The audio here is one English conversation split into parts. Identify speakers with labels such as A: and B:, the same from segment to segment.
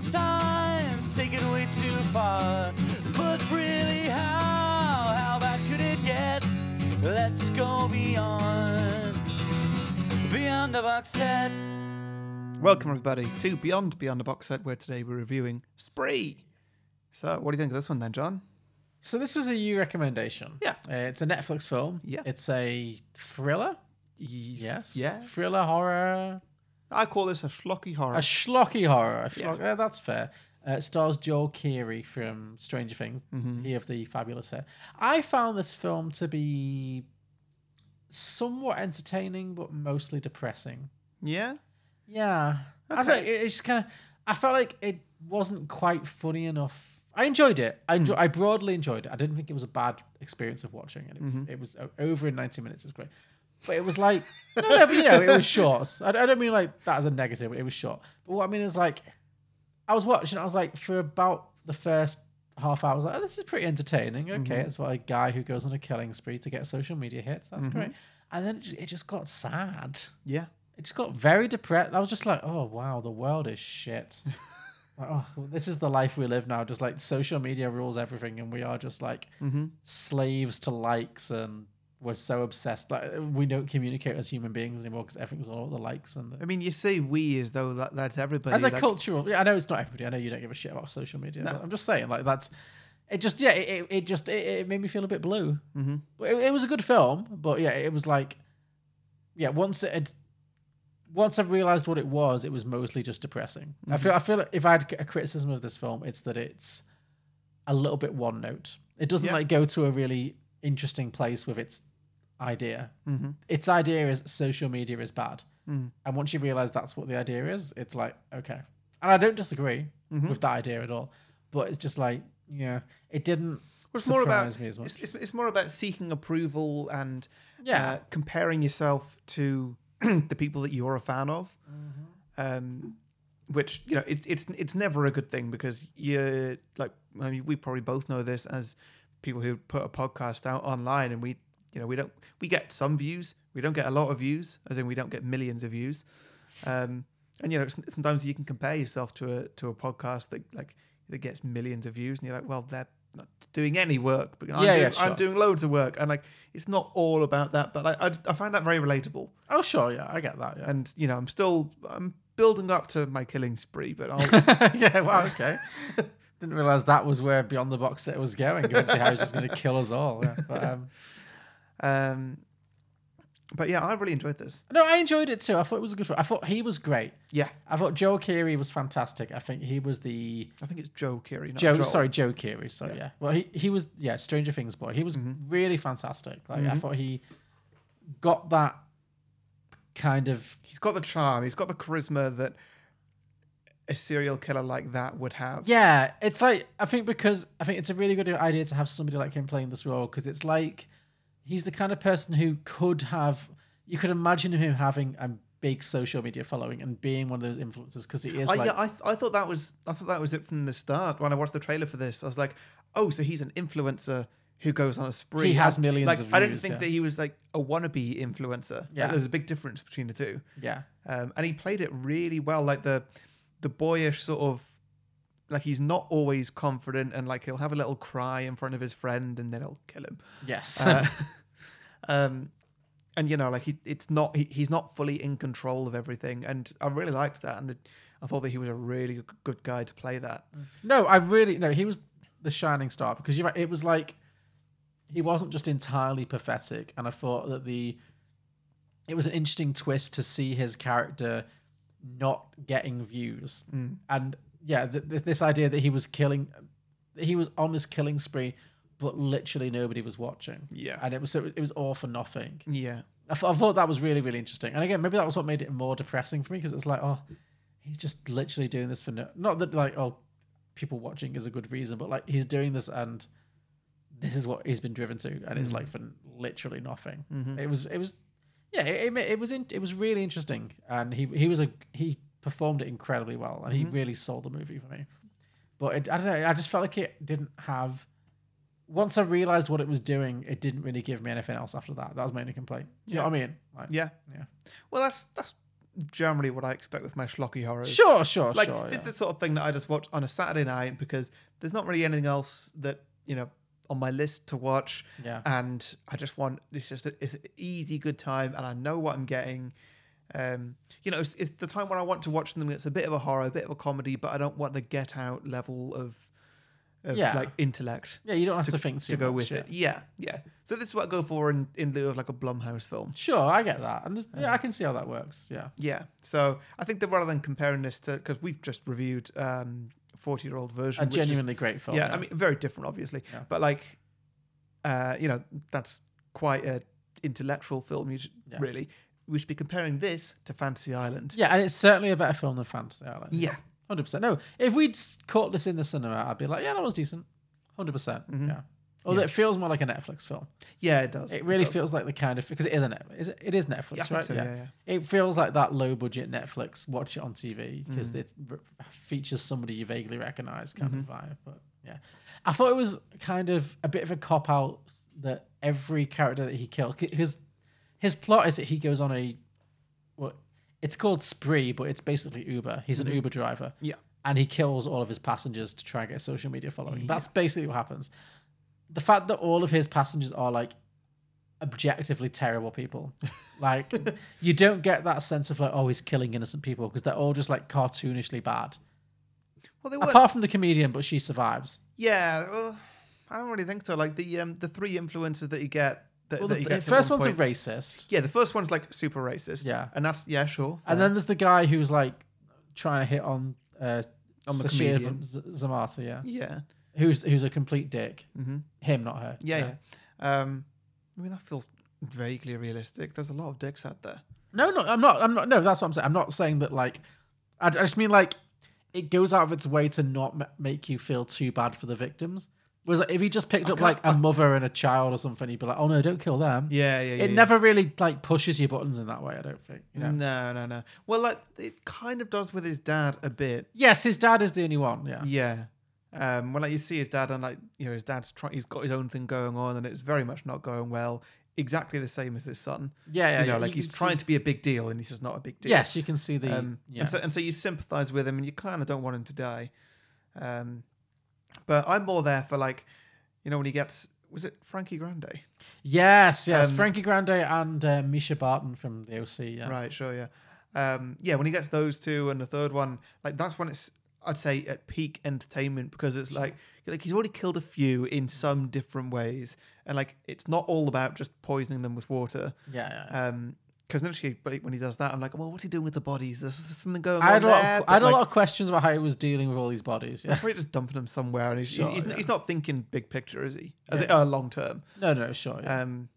A: times taken way too far. But really, how? How bad could it get? Let's go beyond, beyond the box set.
B: Welcome, everybody, to Beyond Beyond the Box Set, where today we're reviewing Spree. So, what do you think of this one then, John?
C: So this was a you recommendation.
B: Yeah.
C: Uh, it's a Netflix film.
B: Yeah.
C: It's a thriller. Yes.
B: Yeah.
C: Thriller horror.
B: I call this a schlocky horror.
C: A schlocky horror. A
B: Yeah.
C: schlock- yeah, that's fair. Uh, it stars Joel Keery from Stranger Things.
B: Mm-hmm.
C: He of the fabulous set. I found this film to be somewhat entertaining, but mostly depressing.
B: yeah?
C: Yeah. I was
B: Okay.
C: like, it- it's just kind of. I felt like it wasn't quite funny enough. I enjoyed it. I enjoy, I broadly enjoyed it. I didn't think it was a bad experience of watching it. It, it was o- over in 90 minutes. It was great. But it was like, no, no, but you know, it was short. I, I don't mean like that as a negative, but it was short. But what I mean is like, I was watching, I was like, for about the first half hour, I was like, oh, this is pretty entertaining. Okay, it's about a guy who goes on a killing spree to get social media hits. That's great. And then it ju- it just got sad
B: Yeah.
C: it just got very depressed. I was just like, oh wow, the world is shit. Like, oh, this is the life we live now. Just like social media rules everything, and we are just like
B: Mm-hmm.
C: slaves to likes, and we're so obsessed. Like we don't communicate as human beings anymore because everything's all about the likes and
B: I
C: the,
B: mean, you say we as though that, that's everybody.
C: as a
B: like-
C: cultural. Yeah, I know it's not everybody. I know you don't give a shit about social media. But I'm just saying, like that's it. Just yeah, it it, it just it, it made me feel a bit blue.
B: Mhm.
C: But it, it was a good film, but yeah, it was like, yeah, once it, had- once I realized what it was, it was mostly just depressing. I
B: Mm-hmm.
C: feel, I feel like if I had a criticism of this film, it's that it's a little bit one note. It doesn't
B: Yeah.
C: like go to a really interesting place with its idea.
B: Mhm.
C: Its idea is social media is bad,
B: Mm.
C: and once you realize that's what the idea is, it's like okay. And I don't disagree with that idea at all, but it's just like yeah, it didn't.
B: Well, it's more about
C: surprise me as much.
B: It's, it's, it's more about seeking approval and
C: Yeah.
B: uh, comparing yourself to the people that you're a fan of,
C: Mm-hmm.
B: um, which you know it's it's it's never a good thing because you like I mean we probably both know this as people who put a podcast out online and we you know we don't we get some views we don't get a lot of views as in we don't get millions of views um, and you know, s- sometimes you can compare yourself to a to a podcast that like that gets millions of views, and you're like, well, they're not doing any work, but I'm,
C: Yeah,
B: doing,
C: yeah, sure.
B: I'm doing loads of work, and like it's not all about that. But I, I I find that very relatable,
C: oh sure, yeah, I get that. Yeah.
B: and you know, I'm still I'm building up to my killing spree, but I'll
C: yeah, well, okay. Didn't realize that was where Beyond the Box Set was going. Eventually, Harry's just going to kill us all. Yeah, But, um,
B: um, but yeah, I really enjoyed this.
C: no, I enjoyed it too. I thought it was a good. Film. I thought he was great.
B: Yeah,
C: I thought Joe Keery was fantastic. I think he was the
B: I think it's Joe Keery. Not
C: Joe.
B: Joel.
C: Sorry, Joe Keery. Sorry, yeah. Mm-hmm. Well, he, he was yeah Stranger Things boy. He was really fantastic. Like I thought he got that kind of
B: he's got the charm, he's got the charisma that a serial killer like that would have.
C: Yeah, it's like I think because I think it's a really good idea to have somebody like him playing this role because it's like he's the kind of person who could have you could imagine him having a big social media following and being one of those influencers because he is
B: I,
C: like
B: yeah, I, th- I thought that was I thought that was it from the start when I watched the trailer for this. I was like, oh, so he's an influencer who goes on a spree.
C: He has
B: I-
C: millions
B: like,
C: of
B: I didn't
C: views,
B: think
C: yeah.
B: that he was like a wannabe influencer. Like,
C: Yeah.
B: there's a big difference between the two,
C: yeah
B: um, and he played it really well. Like the the boyish sort of like he's not always confident, and like he'll have a little cry in front of his friend, and then he'll kill him.
C: yes
B: Uh, um, and you know, like he, it's not he, he's not fully in control of everything, and I really liked that, and it, I thought that he was a really g- good guy to play that.
C: no I really no he was the shining star because you're right it was like he wasn't just entirely pathetic and I thought that the it was an interesting twist to see his character not getting views and yeah th- th- this idea that he was killing he was on this killing spree but literally nobody was watching
B: Yeah.
C: and it was so it was all for nothing
B: Yeah,
C: I, th- I thought that was really really interesting and again maybe that was what made it more depressing for me because it's like oh he's just literally doing this for no not that like oh people watching is a good reason but like he's doing this and this is what he's been driven to and
B: Mm.
C: it's like for literally nothing
B: Mm-hmm.
C: it was it was yeah it, it, ma- it was in, it was really interesting and he he was a he performed it incredibly well and he
B: Mm-hmm.
C: really sold the movie for me but it, i don't know i just felt like it didn't have once i realized what it was doing it didn't really give me anything else after that that was my only complaint you know what i mean like,
B: yeah,
C: Yeah.
B: Well, that's that's generally what I expect with my schlocky horrors.
C: Sure, sure,
B: like
C: sure.
B: it's
C: yeah.
B: the sort of thing that I just watch on a Saturday night because there's not really anything else that you know on my list to watch.
C: Yeah.
B: and I just want it's just a, it's an easy good time, and I know what I'm getting. Um, you know, it's, it's the time when I want to watch something that's a bit of a horror, a bit of a comedy, but I don't want the Get Out level of, of
C: Yeah.
B: like intellect
C: Yeah, you don't have to, think too
B: to go
C: much,
B: with
C: yeah.
B: it. Yeah, yeah. So this is what I go for in, in lieu of like a Blumhouse film.
C: Sure, I get that, and there's, yeah, I can see how that works. Yeah,
B: Yeah. So I think that rather than comparing this to because we've just reviewed um forty year old version,
C: a
B: which is-
C: genuinely great film.
B: yeah, I mean very different, obviously,
C: Oh, Yeah.
B: but like, uh, you know, that's quite a intellectual film. You should,
C: Yeah.
B: really we should be comparing this to Fantasy Island.
C: yeah, and it's certainly a better film than Fantasy Island.
B: Yeah.
C: hundred percent. No, if we'd s- caught this in the cinema, I'd be like, yeah, that was decent. 100 percent. Yeah. Although
B: Mm-hmm. Yeah.
C: it feels more like a Netflix film.
B: Yeah, it does.
C: It really
B: does.
C: feels like the kind of because it is a Net- is it, it is Netflix,
B: Yeah, I think
C: right?
B: so, yeah,
C: It feels like that low budget Netflix watch it on TV because
B: Mm.
C: it re- features somebody you vaguely recognize kind
B: Mm-hmm.
C: of vibe. But yeah, I thought it was kind of a bit of a cop out that every character that he killed because his plot is that he goes on a well, it's called spree, but it's basically Uber. He's
B: Mm-hmm.
C: an Uber driver
B: Yeah.
C: and he kills all of his passengers to try and get a social media following. That's basically what happens. The fact that all of his passengers are like objectively terrible people, like you don't get that sense of like, oh, he's killing innocent people because they're all just like cartoonishly bad.
B: Well, they were.
C: Apart from the comedian, but she survives.
B: Yeah. Well, I don't really think so. Like the um the three influences that you get that,
C: Well,
B: that
C: there's
B: you
C: the
B: get. to
C: first
B: one
C: one's
B: point-
C: a racist,
B: Yeah, the first one's like super racist.
C: Yeah.
B: and that's yeah, sure.
C: and
B: fair.
C: then there's the guy who's like trying to hit on uh,
B: On the
C: Sashir
B: comedian.
C: Z- Zamata, yeah,
B: yeah,
C: who's who's a complete dick.
B: hmm
C: Him, not her.
B: yeah, yeah. Um, I mean that feels vaguely realistic. There's a lot of dicks out there.
C: No, no, I'm not. I'm not. No, that's what I'm saying. I'm not saying that like. I, I just mean like it goes out of its way to not ma- make you feel too bad for the victims. Whereas like, if he just picked up
B: can't-
C: like a mother and a child or something, he'd be like, "Oh no, don't kill them."
B: Yeah, yeah. yeah
C: it
B: yeah.
C: never really like pushes your buttons in that way. I don't think. You know.
B: No, no, no. Well, like it kind of does with his dad a bit.
C: Yes, his dad is the only one. Yeah.
B: Yeah. Um, when like you see his dad and like you know his dad's trying, he's got his own thing going on and it's very much not going well. Exactly the same as his son.
C: Yeah, yeah.
B: you know,
C: yeah.
B: like
C: You
B: he's
C: can
B: trying
C: See,
B: to be a big deal and he's just not a big deal.
C: yes, you can see the.
B: Um,
C: yeah.
B: And so and so you sympathise with him and you kind of don't want him to die. Um, but I'm more there for like, you know, when he gets was it Frankie Grande?
C: yes, yes.
B: um,
C: Frankie Grande and uh, Misha Barton from the OC. Yeah.
B: Right, sure, yeah. Um, yeah, when he gets those two and the third one, like that's when it's I'd say at peak entertainment because it's like like he's already killed a few in some different ways, and like it's not all about just poisoning them with water.
C: Yeah. yeah.
B: Um, because initially, but when he does that, I'm like, well, what's he doing with the bodies? There's something going on
C: I had, a lot,
B: there.
C: of,
B: but,
C: I had
B: like,
C: a lot of questions about how he was dealing with all these bodies. Yeah.
B: Probably just dumping them somewhere, and he's
C: Sure,
B: he's, he's,
C: yeah.
B: he's not thinking big picture, is he? As
C: Yeah.
B: it uh, long term.
C: No, no, sure. Yeah.
B: Um,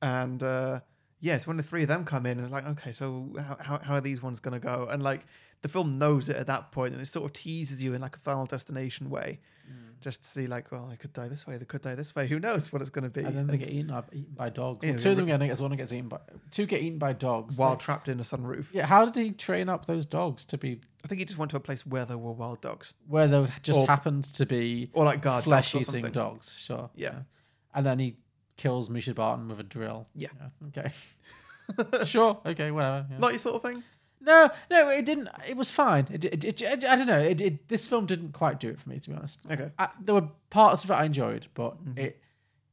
B: and uh, yeah, it's when the three of them come in, and it's like, okay, so how, how, how are these ones going to go? And like the film knows it at that point, and it sort of teases you in like a Final Destination way,
C: Mm.
B: just to see like, well, they could die this way, they could die this way. Who knows what it's going to be?
C: and then they
B: And
C: get eaten, up, eaten by dogs.
B: Yeah,
C: Well,
B: they
C: two of
B: re-
C: them get, I think, as one gets eaten by two get eaten by dogs.
B: while
C: Like,
B: trapped in a sunroof,
C: yeah, how did he train up those dogs to be
B: I think he just went to a place where there were wild dogs
C: where they just
B: Or-
C: happened to be
B: or like guard dogs or
C: flesh-eating
B: something.
C: dogs, Sure.
B: Yeah.
C: And then he kills Misha Barton with a drill.
B: Yeah.
C: okay. sure. Okay. Whatever. yeah.
B: Not your sort of thing.
C: no, no, it didn't. It was fine. It, it, it, it- I don't know. It, it, this film didn't quite do it for me, to be honest.
B: Okay. Mm-hmm.
C: I, there were parts of it I enjoyed, but it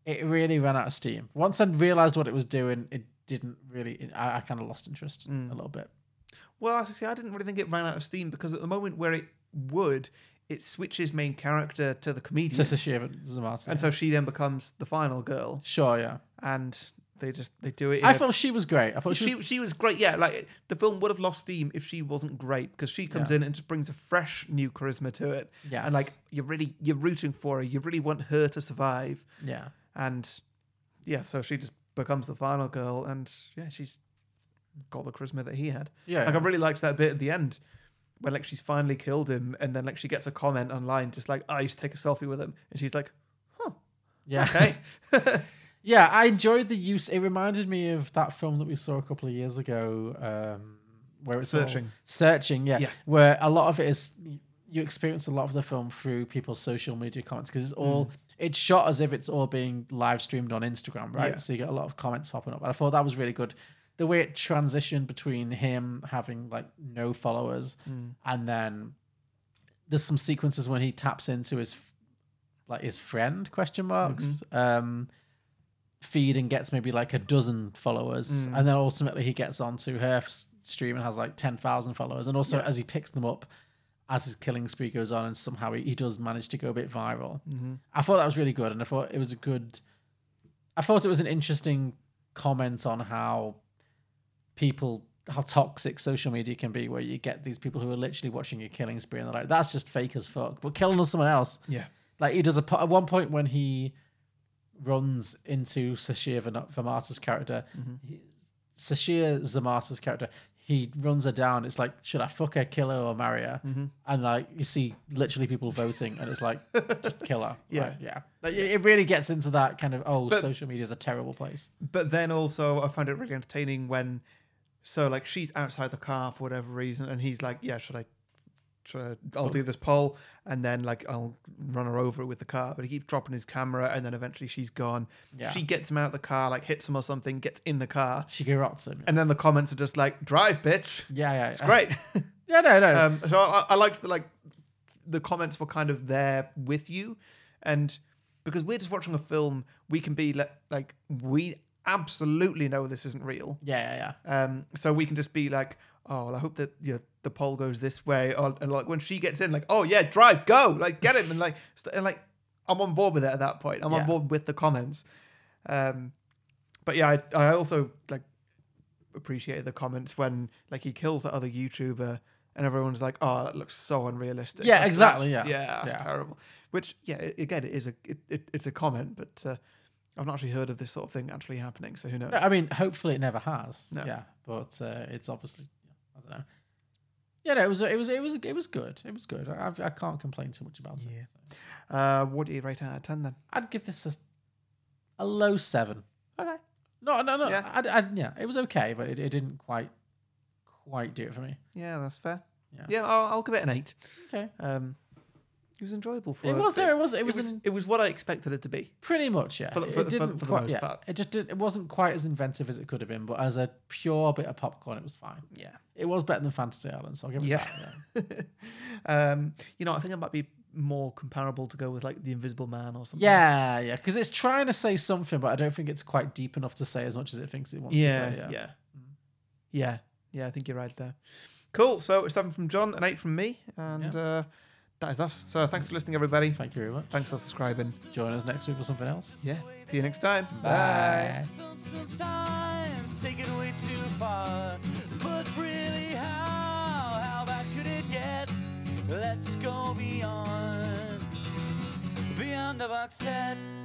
C: it really ran out of steam. Once I realized what it was doing, it didn't really. I, I kind of lost interest
B: Mm.
C: a little bit.
B: Well, I see, I didn't really think it ran out of steam because at the moment where it would, it switches main character to the comedian.
C: Sister Shiva Zamata.
B: and so she then becomes the final girl
C: sure, yeah.
B: and they just they do it in
C: I
B: a-
C: thought she was great. I thought she,
B: she
C: was,
B: she was great yeah like the film would have lost steam if she wasn't great because she comes
C: Yeah.
B: in and just brings a fresh new charisma to it Yeah,
C: Yes.
B: and like you're really you're rooting for her you really want her to survive
C: yeah.
B: and yeah so she just becomes the final girl and yeah she's got the charisma that he had
C: Yeah,
B: like
C: yeah.
B: I really liked that bit at the end when like she's finally killed him and then like she gets a comment online just like I used to take a selfie with him and she's like huh
C: Yeah.
B: okay
C: yeah, I enjoyed the use. It reminded me of that film that we saw a couple of years ago, um, where it's all-
B: Searching.
C: searching, yeah,
B: Yeah.
C: where a lot of it is you experience a lot of the film through people's social media comments because it's
B: Mm.
C: all it's shot as if it's all being live streamed on Instagram, right?
B: Yeah.
C: So you get a lot of comments popping up, and I thought that was really good. the way it transitioned between him having like no followers
B: Mm.
C: and then there's some sequences when he taps into his like his friend question marks um feed and gets maybe like a dozen followers and then ultimately he gets onto her s- stream and has like 10,000 followers and also as he picks them up as his killing spree goes on and somehow he, he does manage to go a bit viral i thought that was really good and i thought it was a good i thought it was an interesting comment on how people how toxic social media can be where you get these people who are literally watching your killing spree and they're like that's just fake as fuck but killing someone else
B: Yeah.
C: like he does a po- at one point when he runs into Sashir Van- Vamata's character,
B: Mm-hmm.
C: he, Sashir Zamata's character, he runs her down. It's like, should I fuck her, kill her, or marry her?
B: Mm-hmm.
C: And like you see, literally people voting, and it's like, just kill her.
B: Yeah.
C: Like, yeah. Like, it it really gets into that kind of oh,
B: But-
C: social media is a terrible place.
B: But then also, I found it really entertaining when, so like she's outside the car for whatever reason, and he's like, "Yeah, should I? Should I I'll do this poll, and then like I'll run her over with the car." But he keeps dropping his camera, and then eventually she's gone.
C: Yeah.
B: She gets him out of the car, like hits him or something, gets in the car,
C: She rots him.
B: and then the comments are just like, "Drive, bitch."
C: yeah, yeah. It's
B: Great.
C: Yeah, no, no.
B: um, so I, I liked that like the comments were kind of there with you, and because we're just watching a film, we can be like, like we absolutely know this isn't real.
C: yeah, yeah, yeah.
B: Um, so we can just be like, oh, well, I hope that you know, the poll goes this way, or, and like when she gets in, like, oh yeah, drive, go, like get him, and like, st- and like I'm on board with it at that point. I'm
C: Yeah.
B: on board with the comments. Um, but yeah, I, I also like appreciated the comments when like he kills that other YouTuber and everyone's like, "Oh, that looks so unrealistic."
C: Yeah,
B: That's-
C: exactly,
B: that's-
C: yeah.
B: yeah, that's
C: Yeah.
B: terrible. Which, yeah, i- again, it is a it, it, it's a comment, but uh, I've not actually heard of this sort of thing actually happening. So who knows?
C: No, I mean, hopefully it never has.
B: No.
C: Yeah, but uh, it's obviously I don't know. Yeah, no, it was it was it was it was good. It was good. I, I've- I can't complain too much about it.
B: Yeah. Uh, what do you rate out of ten then?
C: I'd give this a, a low seven.
B: Okay.
C: No, no, no.
B: Yeah.
C: I'd, I'd, yeah, it was okay, but it, it didn't quite quite do it for me.
B: Yeah, that's fair.
C: Yeah.
B: Yeah, I'll, I'll give it an eight.
C: Okay.
B: Um, it was enjoyable for
C: It was there. It was. It
B: It
C: was,
B: was
C: in,
B: it was what I expected it to be.
C: pretty much yeah.
B: For the-
C: It-
B: for the- for
C: it
B: the-
C: didn't
B: for the
C: quite,
B: most
C: yeah.
B: part.
C: It just did, it wasn't quite as inventive as it could have been, but as a pure bit of popcorn, it was fine.
B: Yeah.
C: It was better than Fantasy Island, so I'll give it
B: Yeah.
C: that. Yeah.
B: um, you know, I think it might be more comparable to go with like the Invisible Man or something.
C: Yeah, yeah, because it's trying to say something, but I don't think it's quite deep enough to say as much as it thinks it wants
B: yeah,
C: to say.
B: yeah,
C: Yeah,
B: yeah, yeah, I think you're right there. Cool. So it's seven from John and eight from me, and uh, that is us. So thanks for listening, everybody.
C: Thank you very much.
B: Thanks for subscribing.
C: Join us next week for something else.
B: Yeah. See you next time.
C: Bye.
A: Film sometimes take it way too far. But really, how? How bad could it get? Let's go beyond, beyond the box set.